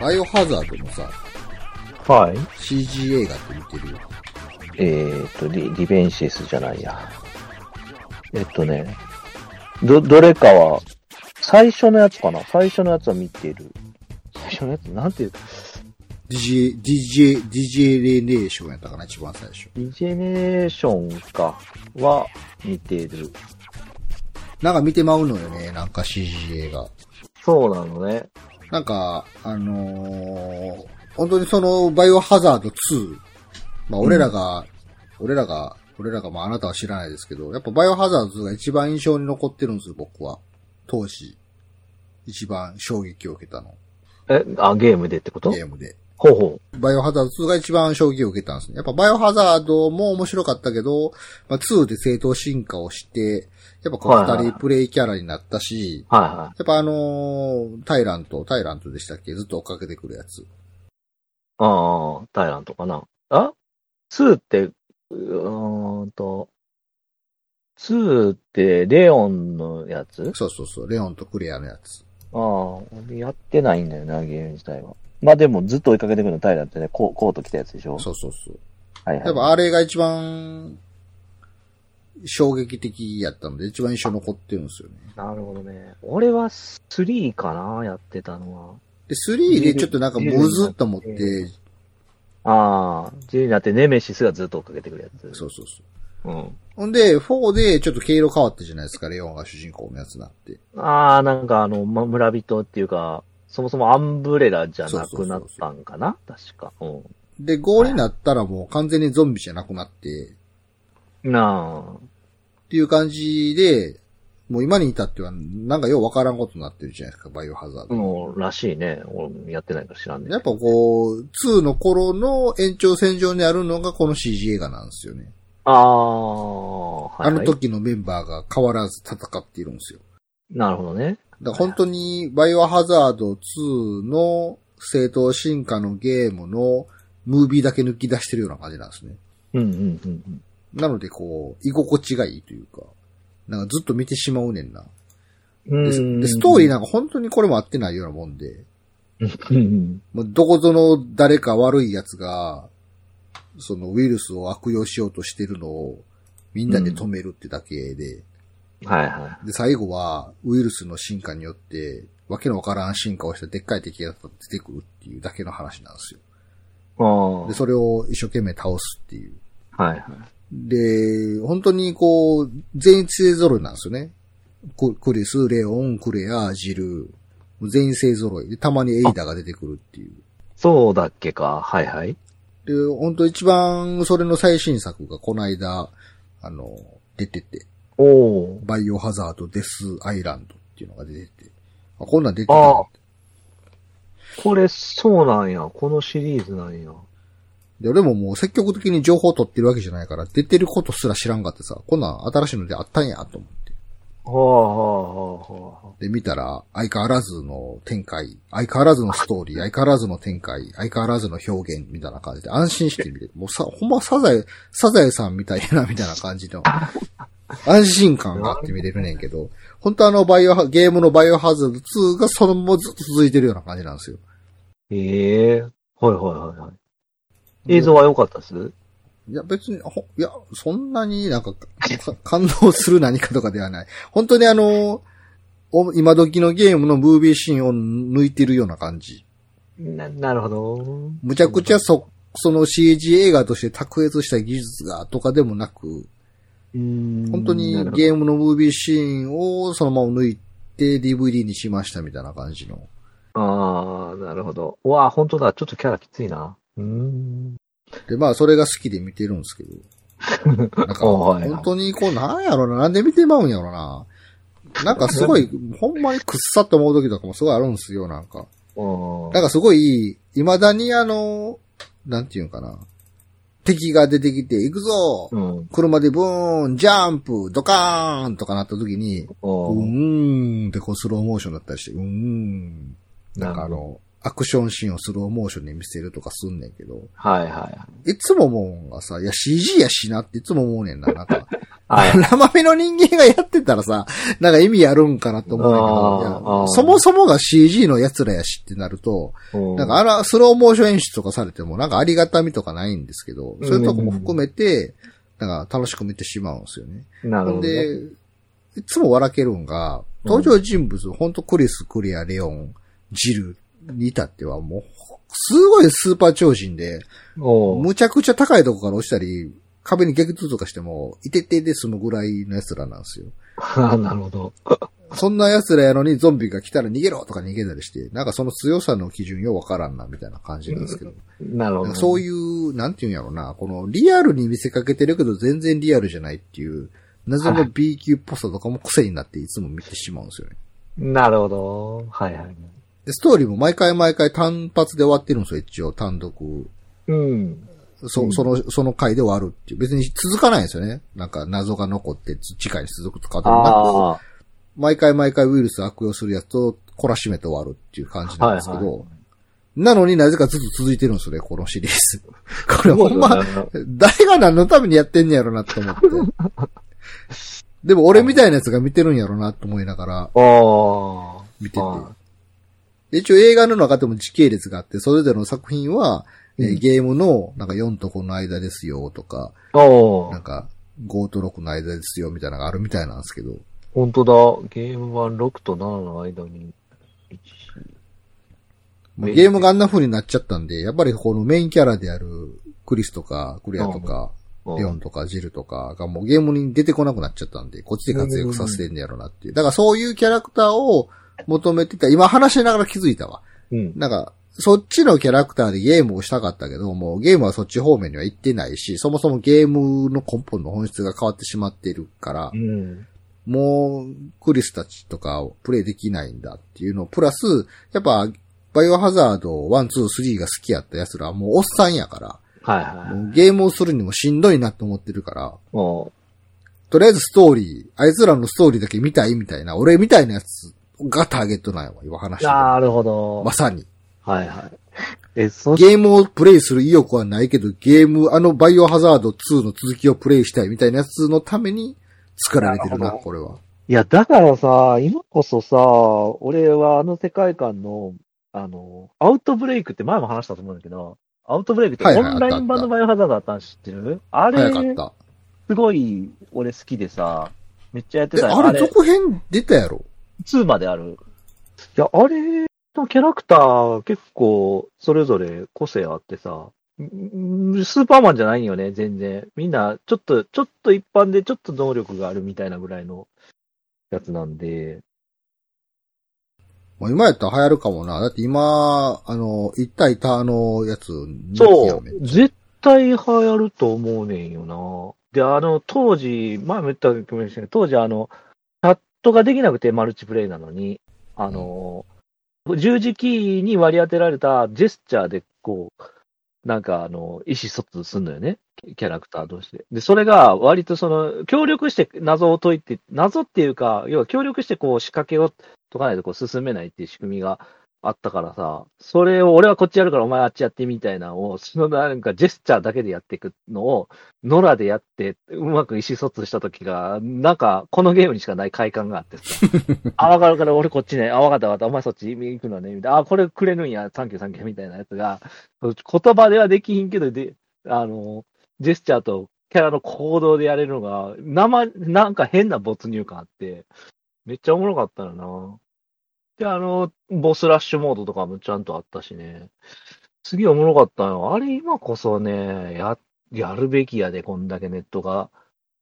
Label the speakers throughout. Speaker 1: バイオハザードのさ、
Speaker 2: はい。
Speaker 1: CG 映画って見てるよ。
Speaker 2: えー、っとリ、リベンシスじゃないや。えっとね、ど、どれかは、最初のやつかな最初のやつは見てる。最初のやつなんていう、
Speaker 1: DJ、DJ、DJ レネーションやったかな、一番最初。
Speaker 2: リジェネレーションか、は、見てる。
Speaker 1: なんか見てまうのよね、なんか CG 映画。
Speaker 2: そうなのね。
Speaker 1: なんか、あのー本当にその、バイオハザード2。まあ、俺らが、俺らが、俺らが、まあ、あなたは知らないですけど、やっぱバイオハザード2が一番印象に残ってるんですよ、僕は。当時。一番衝撃を受けたの。
Speaker 2: え、あ、ゲームでってこと
Speaker 1: ゲームで。
Speaker 2: ほうほ
Speaker 1: バイオハザード2が一番衝撃を受けたんですね。やっぱバイオハザードも面白かったけど、まあ、2で正当進化をして、やっぱこ
Speaker 2: は
Speaker 1: う
Speaker 2: いはい
Speaker 1: 二人プレイキャラになったし、
Speaker 2: う。はいは
Speaker 1: やっぱあのータイラント、タイラントでしたっけずっと追っかけてくるやつ。
Speaker 2: い。ああ、タイラントかな。あ ?2 って、うーんと、2って、レオンのやつ
Speaker 1: そうそうそう、レオンとクレアのやつ。
Speaker 2: ああ、俺やってないんだよな、ゲーム自体は。まあでもずっと追いかけてくるのタイラってね、ココート着たやつでしょ
Speaker 1: そうそうそう。
Speaker 2: はいはい。
Speaker 1: やっぱあれが一番、衝撃的やったので、一番印象残ってるんですよね。
Speaker 2: なるほどね。俺は3かな、やってたの
Speaker 1: で、3でちょっとなんかムズっと思っ
Speaker 2: 見れ
Speaker 1: て、
Speaker 2: は。ああ、G になってネメシスがずっと追っかけてくるやつ。
Speaker 1: そうそうそう。
Speaker 2: う。うん。
Speaker 1: ほんで、4でちょっと毛色変わったじゃないですか、レオンが主人公のやつになって。
Speaker 2: ああ、なんかあの、ま、村人っていうか、そもそもアンブレラじゃなくなったんかな確か。う
Speaker 1: で、5になったらもう完全にゾンビじゃなくなって、
Speaker 2: ん。な
Speaker 1: っていう感じで、もう今に至っては、なんかようわからんことになってるじゃないですか、バイオハザー
Speaker 2: あ、
Speaker 1: ド。
Speaker 2: もう、らしいね。俺もやってないから知らんね。
Speaker 1: やっぱこう、2の頃の延長線上にあるのがこの CG 映画なんですよね。
Speaker 2: ああ、はい、はい。
Speaker 1: あの時のメンバーが変わらず戦っているんですよ。
Speaker 2: なるほどね。
Speaker 1: だから本当にバイオハザード2の正当進化のゲームのムービーだけ抜き出してるような感じなんですね。
Speaker 2: うんうんうんうん。
Speaker 1: なのでこう、居心地がいいというか、なんかずっと見てしまうねんな。
Speaker 2: う
Speaker 1: で
Speaker 2: ん
Speaker 1: でストーリーなんか本当にこれも合ってないようなもんで、
Speaker 2: うんうん
Speaker 1: もうどこぞの誰か悪い奴が、そのウイルスを悪用しようとしてるのをみんなで止めるってだけで、
Speaker 2: はいは
Speaker 1: で、最後は、ウイルスの進化によって、わけのわからん進化をしたでっかい敵が出てくるっていうだけの話なんですよ。
Speaker 2: い。ああ。は
Speaker 1: で、
Speaker 2: い
Speaker 1: それを一生懸命倒すっていう。
Speaker 2: はい。
Speaker 1: で、本当にこう、全員勢揃いなんですよね。ククリス、レオン、クレア、ジル。全員勢揃い。で、たまにエイダが出てくるっていう。
Speaker 2: そうだっけか。はいはい。
Speaker 1: で、本当一番、それの最新作がこの間、あの、出てて、
Speaker 2: おお。
Speaker 1: バイオハザードデスアイランドっていうのが出てて、あ、こんなん出てた
Speaker 2: あ
Speaker 1: な
Speaker 2: あ。これ、そうなんや。このシリーズなんや。
Speaker 1: で、俺ももう積極的に情報を取ってるわけじゃないから、出てることすら知らんかってさ、こんなん新しいのであったんやと思って。
Speaker 2: はあはあはあは
Speaker 1: で、見たら、相変わらずの展開、相変わらずのストー リー、相変わらずの展開、相変わらずの表現みたいな感じで、安心して見れる。もうさ、ほんまサザエ、サザエさんみたい な、みたいな感じの、安心感があって見れるねんけど、本当あのバイオハ、ゲームのバイオハザード2がそのままずっと続いてるような感じなんですよ。
Speaker 2: あ。ええはいはいはいはい。映像は良かったっす
Speaker 1: いや、別に、ほ、いや、そんなになんか、か感動する何かとかではない。本当にあの、お今時のゲームのムービーシーンを抜いてるような感じ。
Speaker 2: な、なるほど。
Speaker 1: むちゃくちゃそ、その CG 映画として卓越した技術がとかでもなく、
Speaker 2: うーん。
Speaker 1: 本当に
Speaker 2: なるほど
Speaker 1: ゲームのムービーシーンをそのまま抜いて DVD にしましたみたいな感じの。
Speaker 2: ああ、なるほど。うわあ、本当だ。ちょっとキャラきついな。うーん。
Speaker 1: で、まあそれが好きで見てるんですけど。 なんか、
Speaker 2: おい
Speaker 1: 本当にこう、なんやろな、なんで見てまうんやろな。なんかすごい、ほんまにくっさって思う時とかもすごいあるんですよ、なんか。
Speaker 2: うん。
Speaker 1: なんかすごい、未だにあの、なんていうんかな。敵が出てきて、行くぞ
Speaker 2: うん。
Speaker 1: 車でブーン、ジャンプ、ドカーンとかなった時に、う
Speaker 2: うん。
Speaker 1: ーんってこうスローモーションだったりして、うーん。なんかあの、アクションシーンをスローモーションに見せるとかすんねんけど、
Speaker 2: はいはいはい。
Speaker 1: いつも思うんがさ、いや CG やしなっていつも思うねんな。なんか、
Speaker 2: はい。
Speaker 1: 生身の人間がやってたらさ、なんか意味あるんかなと思うんだけ
Speaker 2: あー
Speaker 1: どい
Speaker 2: あー
Speaker 1: や、そもそもが CG の奴らやしってなると、 なんかあら、スローモーション演出とかされても、なんかありがたみとかないんですけど、そういうとこも含めて、なんか楽しく見てしまうんですよね。
Speaker 2: なる
Speaker 1: ほ
Speaker 2: ほ
Speaker 1: ん
Speaker 2: ど、ね。
Speaker 1: で、いつも笑けるんが、登場人物、ほんとクリス、クリア、レオン、ジルに至ってはもう、すごいスーパー超人で、
Speaker 2: おう
Speaker 1: むちゃくちゃ高いとこから落ちたり、壁に激突とかしても、いててで済むぐらいの奴らなんですよ。
Speaker 2: あ なるほど。
Speaker 1: そんな奴らやのにゾンビが来たら逃げろとか逃げたりして、なんかその強さの基準ようわからんな、みたいな感じなんですけど。
Speaker 2: なるほ
Speaker 1: なん
Speaker 2: ど。
Speaker 1: かそう
Speaker 2: う。
Speaker 1: いう、なんていうんやろうな、このリアルに見せかけてるけど全然リアルじゃないっていう、謎
Speaker 2: は
Speaker 1: の
Speaker 2: い
Speaker 1: B 級っぽさとかも癖になっていつも見てしまうんですよね。
Speaker 2: なるほど。はいはい。
Speaker 1: で、ストーリーも毎回毎回単発で終わってるんですよ、一応、単独。
Speaker 2: うん。う
Speaker 1: そ、
Speaker 2: ん
Speaker 1: その、その回で終わるっていう。別に続かないんですよね。なんか謎が残って、つ次回に続くとかでもなく、
Speaker 2: ああ。
Speaker 1: 毎回毎回ウイルス悪用するやつと懲らしめて終わるっていう感じなんですけど、
Speaker 2: はいは
Speaker 1: なのになぜかずっと続いてるんですよね、このシリー ズ。これほんま、
Speaker 2: すごいよね
Speaker 1: 誰が何のためにやってんねやろなって思って。でも俺みたいなやつが見てるんやろなって思いながら
Speaker 2: ああ。
Speaker 1: 見てて
Speaker 2: は。
Speaker 1: で一応映画の中でも時系列があって、それぞれの作品は、えー
Speaker 2: うん
Speaker 1: ゲームのなんか4とこの間ですよとか、
Speaker 2: お
Speaker 1: なん
Speaker 2: う。
Speaker 1: か5と6の間ですよみたいなのがあるみたいなんですけど、
Speaker 2: 本当だ。ゲーム版6と7の間に。
Speaker 1: もうゲームがあんな風になっちゃったんで、やっぱりこのメインキャラであるクリスとかクリアとか、
Speaker 2: うん
Speaker 1: レオンとかジルとかがもうゲームに出てこなくなっちゃったんで、こっちで活躍させてんねやろなっていう。だからそういうキャラクターを求めてた。今話しながら気づいたわ。
Speaker 2: うん。
Speaker 1: なんか、そっちのキャラクターでゲームをしたかったけど、もうゲームはそっち方面には行ってないし、そもそもゲームの根本の本質が変わってしまってるから
Speaker 2: う、ん。
Speaker 1: もうクリスたちとかをプレイできないんだっていうの、プラス、やっぱ、バイオハザード1、2、3が好きやった奴らはもうおっさんやか
Speaker 2: はい
Speaker 1: ら、
Speaker 2: はい。
Speaker 1: もうゲームをするにもしんどいなと思ってるから、
Speaker 2: おう。
Speaker 1: とりあえずストーリー、あいつらのストーリーだけ見たいみたいな、俺みたいなやつがターゲットなんやわ、今話して
Speaker 2: な
Speaker 1: る。
Speaker 2: るほど
Speaker 1: ま。さに。
Speaker 2: はいはい。え、そし
Speaker 1: ゲームをプレイする意欲はないけど、ゲーム、あのバイオハザード2の続きをプレイしたいみたいなやつのために作られてる
Speaker 2: な
Speaker 1: な、
Speaker 2: るほど
Speaker 1: これは。
Speaker 2: いや、だからさ、今こそさ、俺はあの世界観の、あの、アウトブレイクって前も話したと思うんだけど、アウトブレイクって
Speaker 1: はい
Speaker 2: オ
Speaker 1: はい
Speaker 2: ンライン版のバイオハザードだったの知ってるあれ
Speaker 1: 早、かった。
Speaker 2: すごい俺好きでさ、めっちゃやって
Speaker 1: で、
Speaker 2: たよ
Speaker 1: あれ続編出たやろ
Speaker 2: 2まである。いや、あれのキャラクター、結構、それぞれ個性あってさ、んんスーパーマンじゃないよね、全然。みんな、ちょっと、ちょっと一般で、ちょっと能力があるみたいなぐらいのやつなんで、
Speaker 1: もう今やったら流行るかもな。だって今、あの、一対多のやつ、
Speaker 2: そ
Speaker 1: 人気やめ
Speaker 2: う、絶対流行ると思うねんよな。で、あの、当時、前も言ったかもしれないけど、当時、あの、チャットができなくてマルチプレイなのに、あの、十字キーに割り当てられたジェスチャーで、こう、なんか、あの、意思疎通すんのよね。キャラクター同士で。で、それが、割とその、協力して謎を解いて、謎っていうか、要は協力してこう、仕掛けを解かないとこう進めないっていう仕組みがあったからさ、それを俺はこっちやるからお前あっちやってみたいなのを、そのなんかジェスチャーだけでやっていくのを、ノラでやって、うまく意思疎通した時が、なんかこのゲームにしかない快感があってさ、あ、わかるわかる、俺こっちね、あ、わかったわかった、お前そっち行くのね、みたいな、あ、これくれるんや、サンキューサンキューみたいなやつが、言葉ではできひんけど、で、あの、ジェスチャーとキャラの行動でやれるのが、生、なんか変な没入感あって、めっちゃおもろかったよな。で、あの、ボスラッシュモードとかもちゃんとあったしね。すげえおもろかったよ。あれ今こそね、や、やるべきやで、こんだけネットが、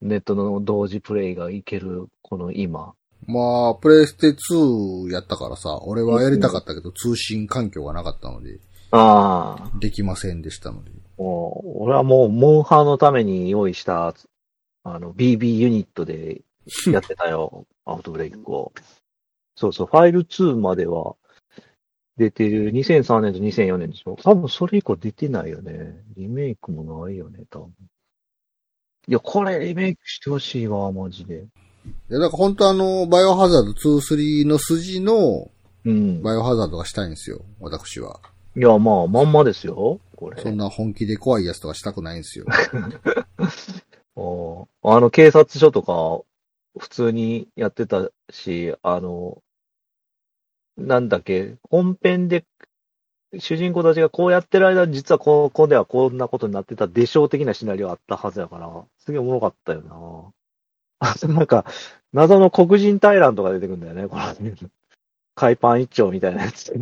Speaker 2: ネットの同時プレイがいける、この今。
Speaker 1: まあ、プレステ2やったからさ、俺はやりたかったけど、通信環境がなかったので、
Speaker 2: ああ。
Speaker 1: できませんでしたので。
Speaker 2: もう、俺はもう、モンハンのために用意した、あの、BB ユニットでやってた よ。アウトブレイクを。そうそう、ファイル2までは出てる。2003年と2004年でしょ。多分それ以降出てないよね。リメイクもないよね、多分。いや、これリメイクしてほしいわ、マジで。
Speaker 1: いや、だから本当あの、バイオハザード2、3の筋の、
Speaker 2: うん。
Speaker 1: バイオハザードがしたいんですよ、私は。
Speaker 2: いや、まあ、まんまですよ、これ。
Speaker 1: そんな本気で怖いやつとかしたくないんですよ。
Speaker 2: おあの、警察署とか、普通にやってたし、あの、なんだっけ、本編で、主人公たちがこうやってる間、実はここではこんなことになってたでしょう的なシナリオあったはずやから、すげえおもろかったよな。 あとなんか、謎の黒人タイランとか出てくるんだよね、この、海パン一丁みたいなやつ。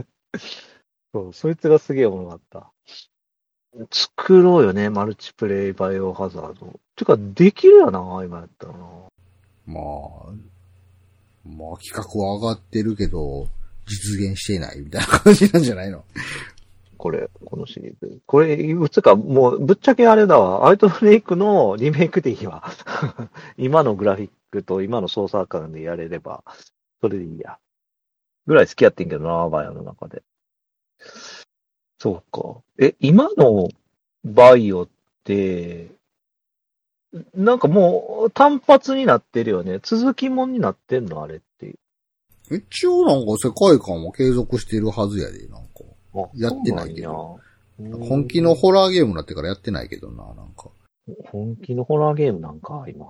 Speaker 2: そう、そいつがすげえおもろかった。作ろうよね、マルチプレイバイオハザード。てか、できるやな、今やったらな。
Speaker 1: まあ、まあ企画は上がってるけど、実現していないみたいな感じなんじゃないの
Speaker 2: これ、このシリーズ。これ、つうか、もう、ぶっちゃけあれだわ。アウトブレイクのリメイクでいいわ。 今のグラフィックと今の操作感でやれれば、それでいいや。ぐらい付き合ってんけどな、バイオの中で。そうか。え、今のバイオって、なんかもう単発になってるよね。続きもんになってんのあれって。
Speaker 1: 一応なんか世界観は継続してるはずやで、なんか。
Speaker 2: あ
Speaker 1: やってないけど。
Speaker 2: そうなんや
Speaker 1: 本気のホラーゲームになってからやってないけどな、なんか。
Speaker 2: 本気のホラーゲームなんか、今。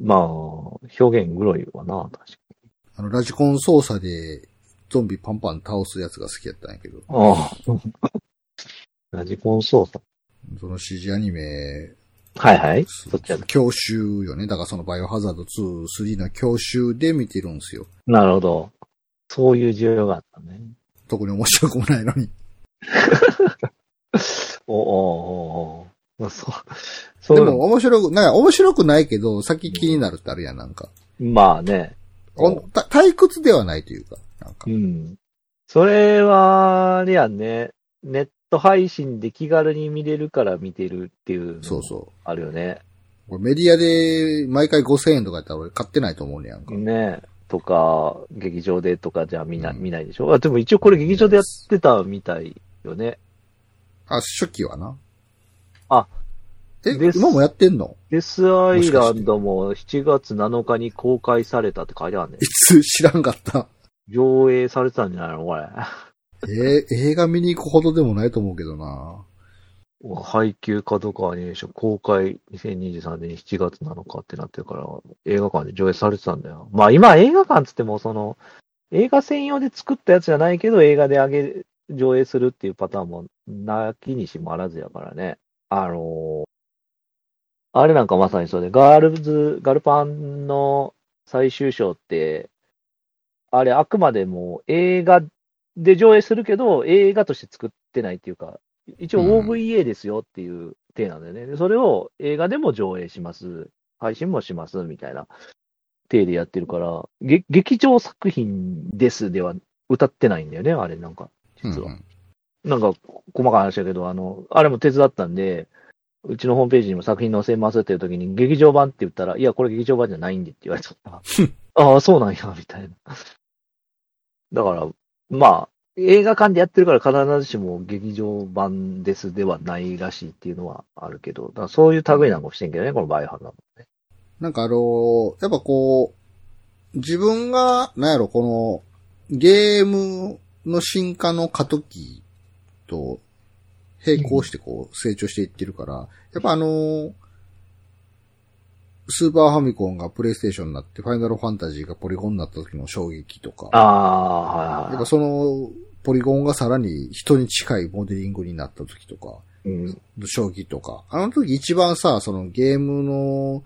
Speaker 2: まあ、表現グロいわな、確かに。
Speaker 1: あの、ラジコン操作で、ゾンビパンパン倒すやつが好きやったんやけど、
Speaker 2: ああ。 ラジコン操作。
Speaker 1: その CG アニメ、
Speaker 2: はいはい。
Speaker 1: そ
Speaker 2: そっちやな
Speaker 1: 教習よね。だからそのバイオハザード2、3の教習で見てるんですよ。
Speaker 2: なるほど。そういう需要があったね。
Speaker 1: 特に面白くもないのに。
Speaker 2: おおおおまあ そう、 そう
Speaker 1: で
Speaker 2: いうの
Speaker 1: も面白く、なんか面白くないけど、先気になるってあるやん、なんか。
Speaker 2: まあね。
Speaker 1: おんた退屈ではないというか、なんか
Speaker 2: う。ん。それは、あれやね。ネット配信で気軽に見れるから見てるっていう。。
Speaker 1: そうそう
Speaker 2: あるよね。
Speaker 1: う。これメディアで毎回5000円とかやったら俺買ってないと思うねやんか。
Speaker 2: ねとか、劇場でとかじゃ見な、
Speaker 1: うん
Speaker 2: 見ないでしょあ、でも一応これ劇場でやってたみたいよね。
Speaker 1: あ、初期はな。
Speaker 2: あ。
Speaker 1: え、
Speaker 2: です
Speaker 1: 今もやってんの
Speaker 2: デスアイランドも7月7日に公開されたって書いてあるね
Speaker 1: い。つ知らんかった。
Speaker 2: 上映されてたんじゃないのこれ。
Speaker 1: えー映画見に行くほどでもないと思うけどな。
Speaker 2: 配給角川アニメーション公開2023年7月7日ってなってるから、映画館で上映されてたんだよ。まあ今映画館つってもその、映画専用で作ったやつじゃないけど映画で上げ、上映するっていうパターンもなきにしもあらずやからね。あのーあれなんかまさにそうで、ガールズ、ガルパンの最終章って、あれあくまでも映画で上映するけど、映画として作ってないっていうか、一応
Speaker 1: うん
Speaker 2: OVA ですよっていう体なんだよね。でそれを映画でも上映します。配信もしますみたいな体でやってるから、げ劇場作品ですでは歌ってないんだよね、あれなんか、実は。
Speaker 1: うん
Speaker 2: なんか、細かい話だけど、あの、あれも手伝ったんで、うちのホームページにも作品載せますっていう時に、劇場版って言ったら、いや、これ劇場版じゃないんでって言われちゃった。 ああ、そうなんや、みたいな。だから、まあ、映画館でやってるから必ずしも劇場版ですではないらしいっていうのはあるけど、だからそういう類なんかもしてんけどね、このバイオハザード。
Speaker 1: なんかあのーやっぱこう、自分が、なんやろ、この、ゲームの進化の過渡期と並行してこう成長していってるから、やっぱあのースーパーファミコンがプレイステーションになって、ファイナルファンタジーがポリゴンになった時の衝撃とか、
Speaker 2: ああ、はい
Speaker 1: やっ
Speaker 2: は
Speaker 1: ぱその、ポリゴンがさらに人に近いモデリングになった時とか、
Speaker 2: い。うん。
Speaker 1: 将棋とか。あの時一番さ、そのゲームの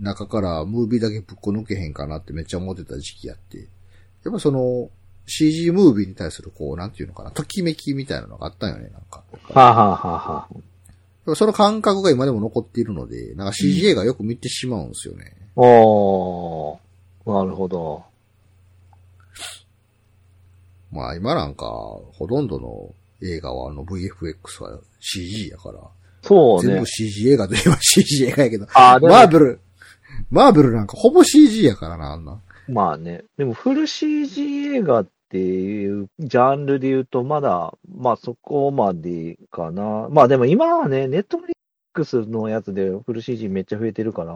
Speaker 1: 中からムービーだけぶっこ抜けへんかなってめっちゃ思ってた時期やって。やっぱその CG ムービーに対するこう、なんていうのかな、ときめきみたいなのがあったんよね、なんか。
Speaker 2: はあ、はあはあはあ、
Speaker 1: でもその感覚が今でも残っているので、なんか CG 映画よく見てしまうんですよね。
Speaker 2: おー、なるほど。
Speaker 1: まあ今なんか、ほとんどの映画はあの VFX は CG やから、
Speaker 2: そう
Speaker 1: 全
Speaker 2: ね
Speaker 1: 部。CG 映画といえば CG 映画やけど、
Speaker 2: あーでも
Speaker 1: マーブル、マーブルなんかほぼ CG やからな、あんな。
Speaker 2: まあね。でもフル CG 映画っていうジャンルで言うとまだ、まあそこまでかな。まあでも今はね、ネットフリックスのやつでフル CG めっちゃ増えてるから。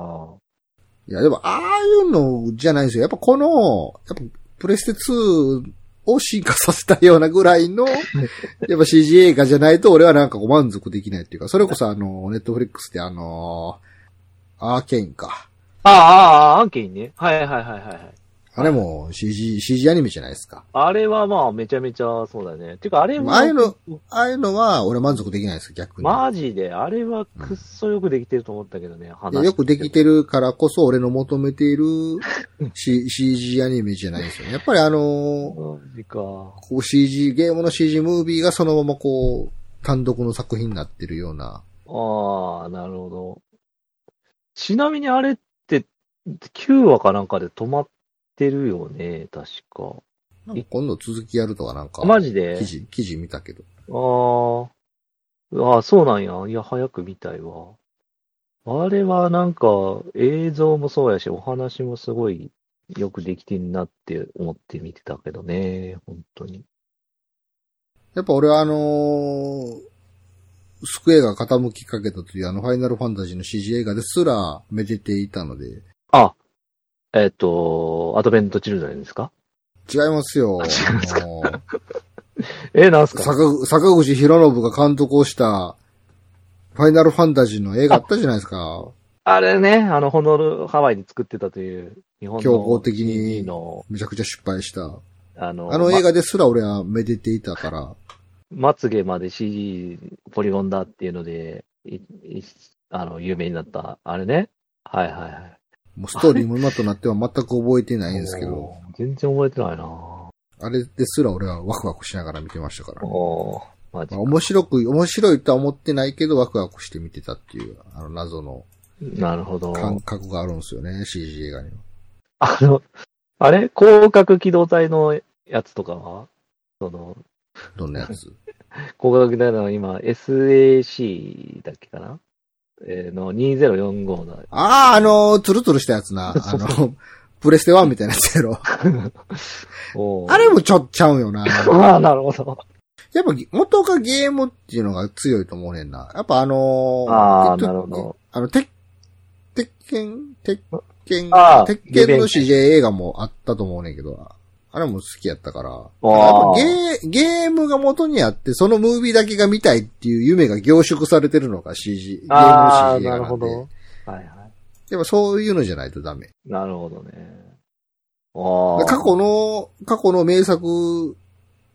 Speaker 1: いや、でも、ああいうのじゃないんですよ。やっぱこの、やっぱ、プレステ2を進化させたようなぐらいの、やっぱ CG 映画じゃないと俺はなんかご満足できないっていうか、それこそあの、ネットフリックスであのアーケインか。
Speaker 2: ああ、ああ、アンケインね。はいはいはいはいはい。
Speaker 1: あれも CG、CG アニメじゃないですか。
Speaker 2: あれはまあ、めちゃめちゃそうだね。てか、あれ
Speaker 1: ああいう
Speaker 2: は、
Speaker 1: の、ああいうのは俺満足できないです、逆に。
Speaker 2: マジで、あれはくっそよくできてると思ったけどね、
Speaker 1: で
Speaker 2: 話。
Speaker 1: よくできてるからこそ俺の求めている C- CG アニメじゃないですよね。やっぱりあの
Speaker 2: マジか。
Speaker 1: こう CG、ゲームの CG ムービーがそのままこう、単独の作品になってるような。
Speaker 2: ああ、なるほど。ちなみにあれって、9話かなんかで止まってるよね、確か。
Speaker 1: なんか今度続きやるとかなんか、
Speaker 2: マジで
Speaker 1: 記事、記事見たけど。
Speaker 2: ああ、ああ、そうなんや。いや、早く見たいわ。あれはなんか映像もそうやし、お話もすごいよくできてんなって思って見てたけどね、本当に。
Speaker 1: やっぱ俺はあのースクエアが傾きかけたというあのファイナルファンタジーの CG 映画ですらめでていたので、違い
Speaker 2: あ、えっと、アドベントチルドレンですか
Speaker 1: ますよ。
Speaker 2: あ違いますか
Speaker 1: あのー
Speaker 2: え、なんすか
Speaker 1: 坂坂口博信が監督をした、ファイナルファンタジーの映画あったじゃないですか。
Speaker 2: あれね、あの、ホノル、ハワイで作ってたという、日本の
Speaker 1: 強行的に
Speaker 2: CD の、
Speaker 1: めちゃくちゃ失敗した。
Speaker 2: あの、
Speaker 1: あの
Speaker 2: ま
Speaker 1: 映画ですら俺はめでていたから、
Speaker 2: まつげまで CG ポリゴンだっていうので、いいあの、有名になった、あれね。はいはいはい。
Speaker 1: もうストーリーも今となっては全く覚えてないんですけど、
Speaker 2: おー。全然覚えてないな
Speaker 1: あれですら俺はワクワクしながら見てましたから。
Speaker 2: おーマジ
Speaker 1: まあ、面白く、面白いとは思ってないけどワクワクして見てたっていう、あの謎の
Speaker 2: なるほど。
Speaker 1: 感覚があるんですよね、CG 映画には。
Speaker 2: あの、あれ広角機動隊のやつとかはその、
Speaker 1: どんなやつ。
Speaker 2: 広角機動隊の今、SAC だっけかなえーの2045の、
Speaker 1: ああ、あのー、ツルツルしたやつな。あの、 プレステ1みたいなやつやろ。
Speaker 2: おー
Speaker 1: あれもちょっちゃうよな。
Speaker 2: ああ、なるほど。
Speaker 1: やっぱ元がゲームっていうのが強いと思うねんな。やっぱあのー、
Speaker 2: あー
Speaker 1: えっと
Speaker 2: なるほど。
Speaker 1: あの、鉄、鉄拳、鉄拳
Speaker 2: あ、ー
Speaker 1: 鉄拳の
Speaker 2: リベンジ
Speaker 1: CJ 映画もあったと思うねんけど、あれも好きやったから。やっぱ
Speaker 2: あー
Speaker 1: ゲー、ゲームが元にあって、そのムービーだけが見たいっていう夢が凝縮されてるのが CG、ゲーム
Speaker 2: あ
Speaker 1: の
Speaker 2: あ、
Speaker 1: CG 映
Speaker 2: な
Speaker 1: 画
Speaker 2: る
Speaker 1: な
Speaker 2: ほ
Speaker 1: んで。
Speaker 2: ど。はいはい。
Speaker 1: やっぱそういうのじゃないとダメ。
Speaker 2: なるほどね。ああ。
Speaker 1: 過去の、過去の名作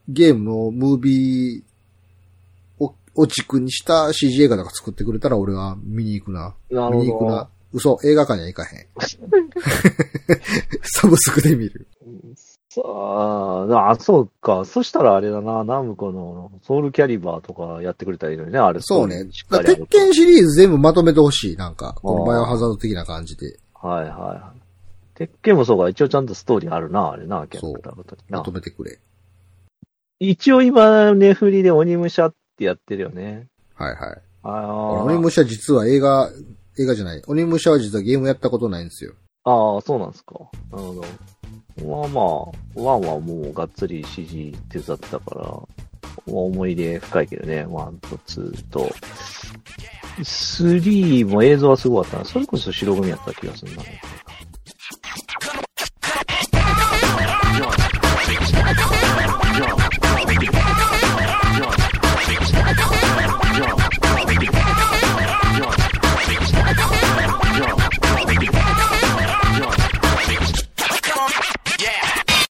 Speaker 1: ゲームのムービーを、を軸にした CG 映画とか作ってくれたら俺は見に行くな。
Speaker 2: なる
Speaker 1: 見に行
Speaker 2: ほ
Speaker 1: く
Speaker 2: ど
Speaker 1: な。。嘘、映画館には行か へん。サブスクで見る。
Speaker 2: そうああ、そうか。そしたらあれだな、ナムコのソウルキャリバーとかやってくれたらいいのにね、あれ。
Speaker 1: そうね
Speaker 2: しっ。
Speaker 1: だ
Speaker 2: か
Speaker 1: か
Speaker 2: り
Speaker 1: ら
Speaker 2: ある
Speaker 1: 鉄拳シリーズ全部まとめてほしい。なんか、この
Speaker 2: あー
Speaker 1: バイオハザード的な感じで。
Speaker 2: はいはいはい。鉄拳もそうか、一応ちゃんとストーリーあるな、あれな、キャラクターごとに
Speaker 1: ま
Speaker 2: な
Speaker 1: と。めてくれ。
Speaker 2: 一応今、ネフリで鬼武者ってやってるよね。
Speaker 1: はいはい。
Speaker 2: あ
Speaker 1: 鬼武者実は映画、映画じゃない。鬼武者は実はゲームやったことないんですよ。
Speaker 2: あ、ああ、そうなんですか。なるほど。まあまあ、ワンはもうがっつり CG 手伝ってたから、まあ思い出深いけどね、ワンとツーと。スリーも映像はすごかったな。それこそ白組やった気がするな。